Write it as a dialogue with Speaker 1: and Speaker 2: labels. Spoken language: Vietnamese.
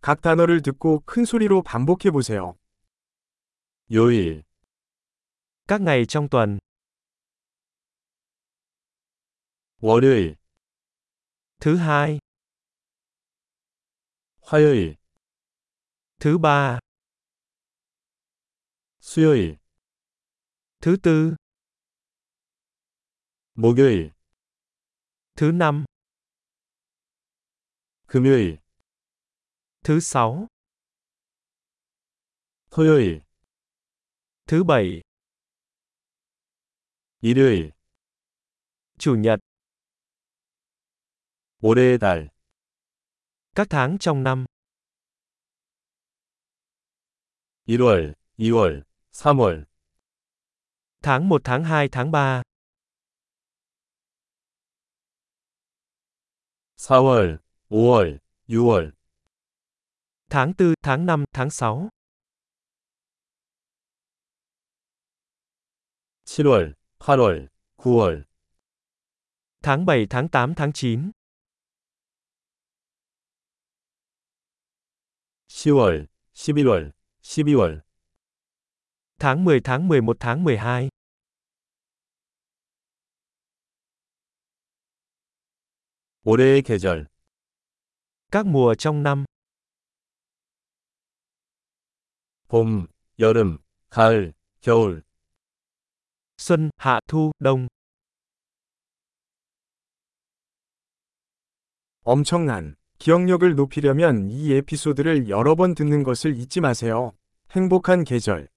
Speaker 1: 각 단어를 듣고 큰 소리로 반복해 보세요.
Speaker 2: 요일,
Speaker 3: Các ngày trong tuần,
Speaker 2: 월요일,
Speaker 3: thứ hai,
Speaker 2: 화요일,
Speaker 3: thứ ba,
Speaker 2: 수요일,
Speaker 3: thứ tư,
Speaker 2: 목요일,
Speaker 3: thứ năm,
Speaker 2: 금요일,
Speaker 3: thứ sáu,
Speaker 2: 토요일,
Speaker 3: thứ bảy,
Speaker 2: 일요일,
Speaker 3: chủ nhật,
Speaker 2: 올해의 달,
Speaker 3: các tháng trong năm,
Speaker 2: 1월, 2월, 3월,
Speaker 3: tháng 1, tháng 2, tháng 3,
Speaker 2: 4월, 5월, 6월,
Speaker 3: tháng 4, tháng 5, tháng 6,
Speaker 2: 7월, 8월, 9월,
Speaker 3: tháng 7, tháng 8, tháng 9,
Speaker 2: 10월, 11월, 12월,
Speaker 3: tháng 10, tháng 11, tháng 12,
Speaker 2: 올해의 계절,
Speaker 3: các mùa trong năm,
Speaker 2: 봄, 여름, 가을, 겨울,
Speaker 3: xuân, hạ, thu, đông,
Speaker 1: 엄청난 기억력을 높이려면 이 에피소드를 여러 번 듣는 것을 잊지 마세요. 행복한 계절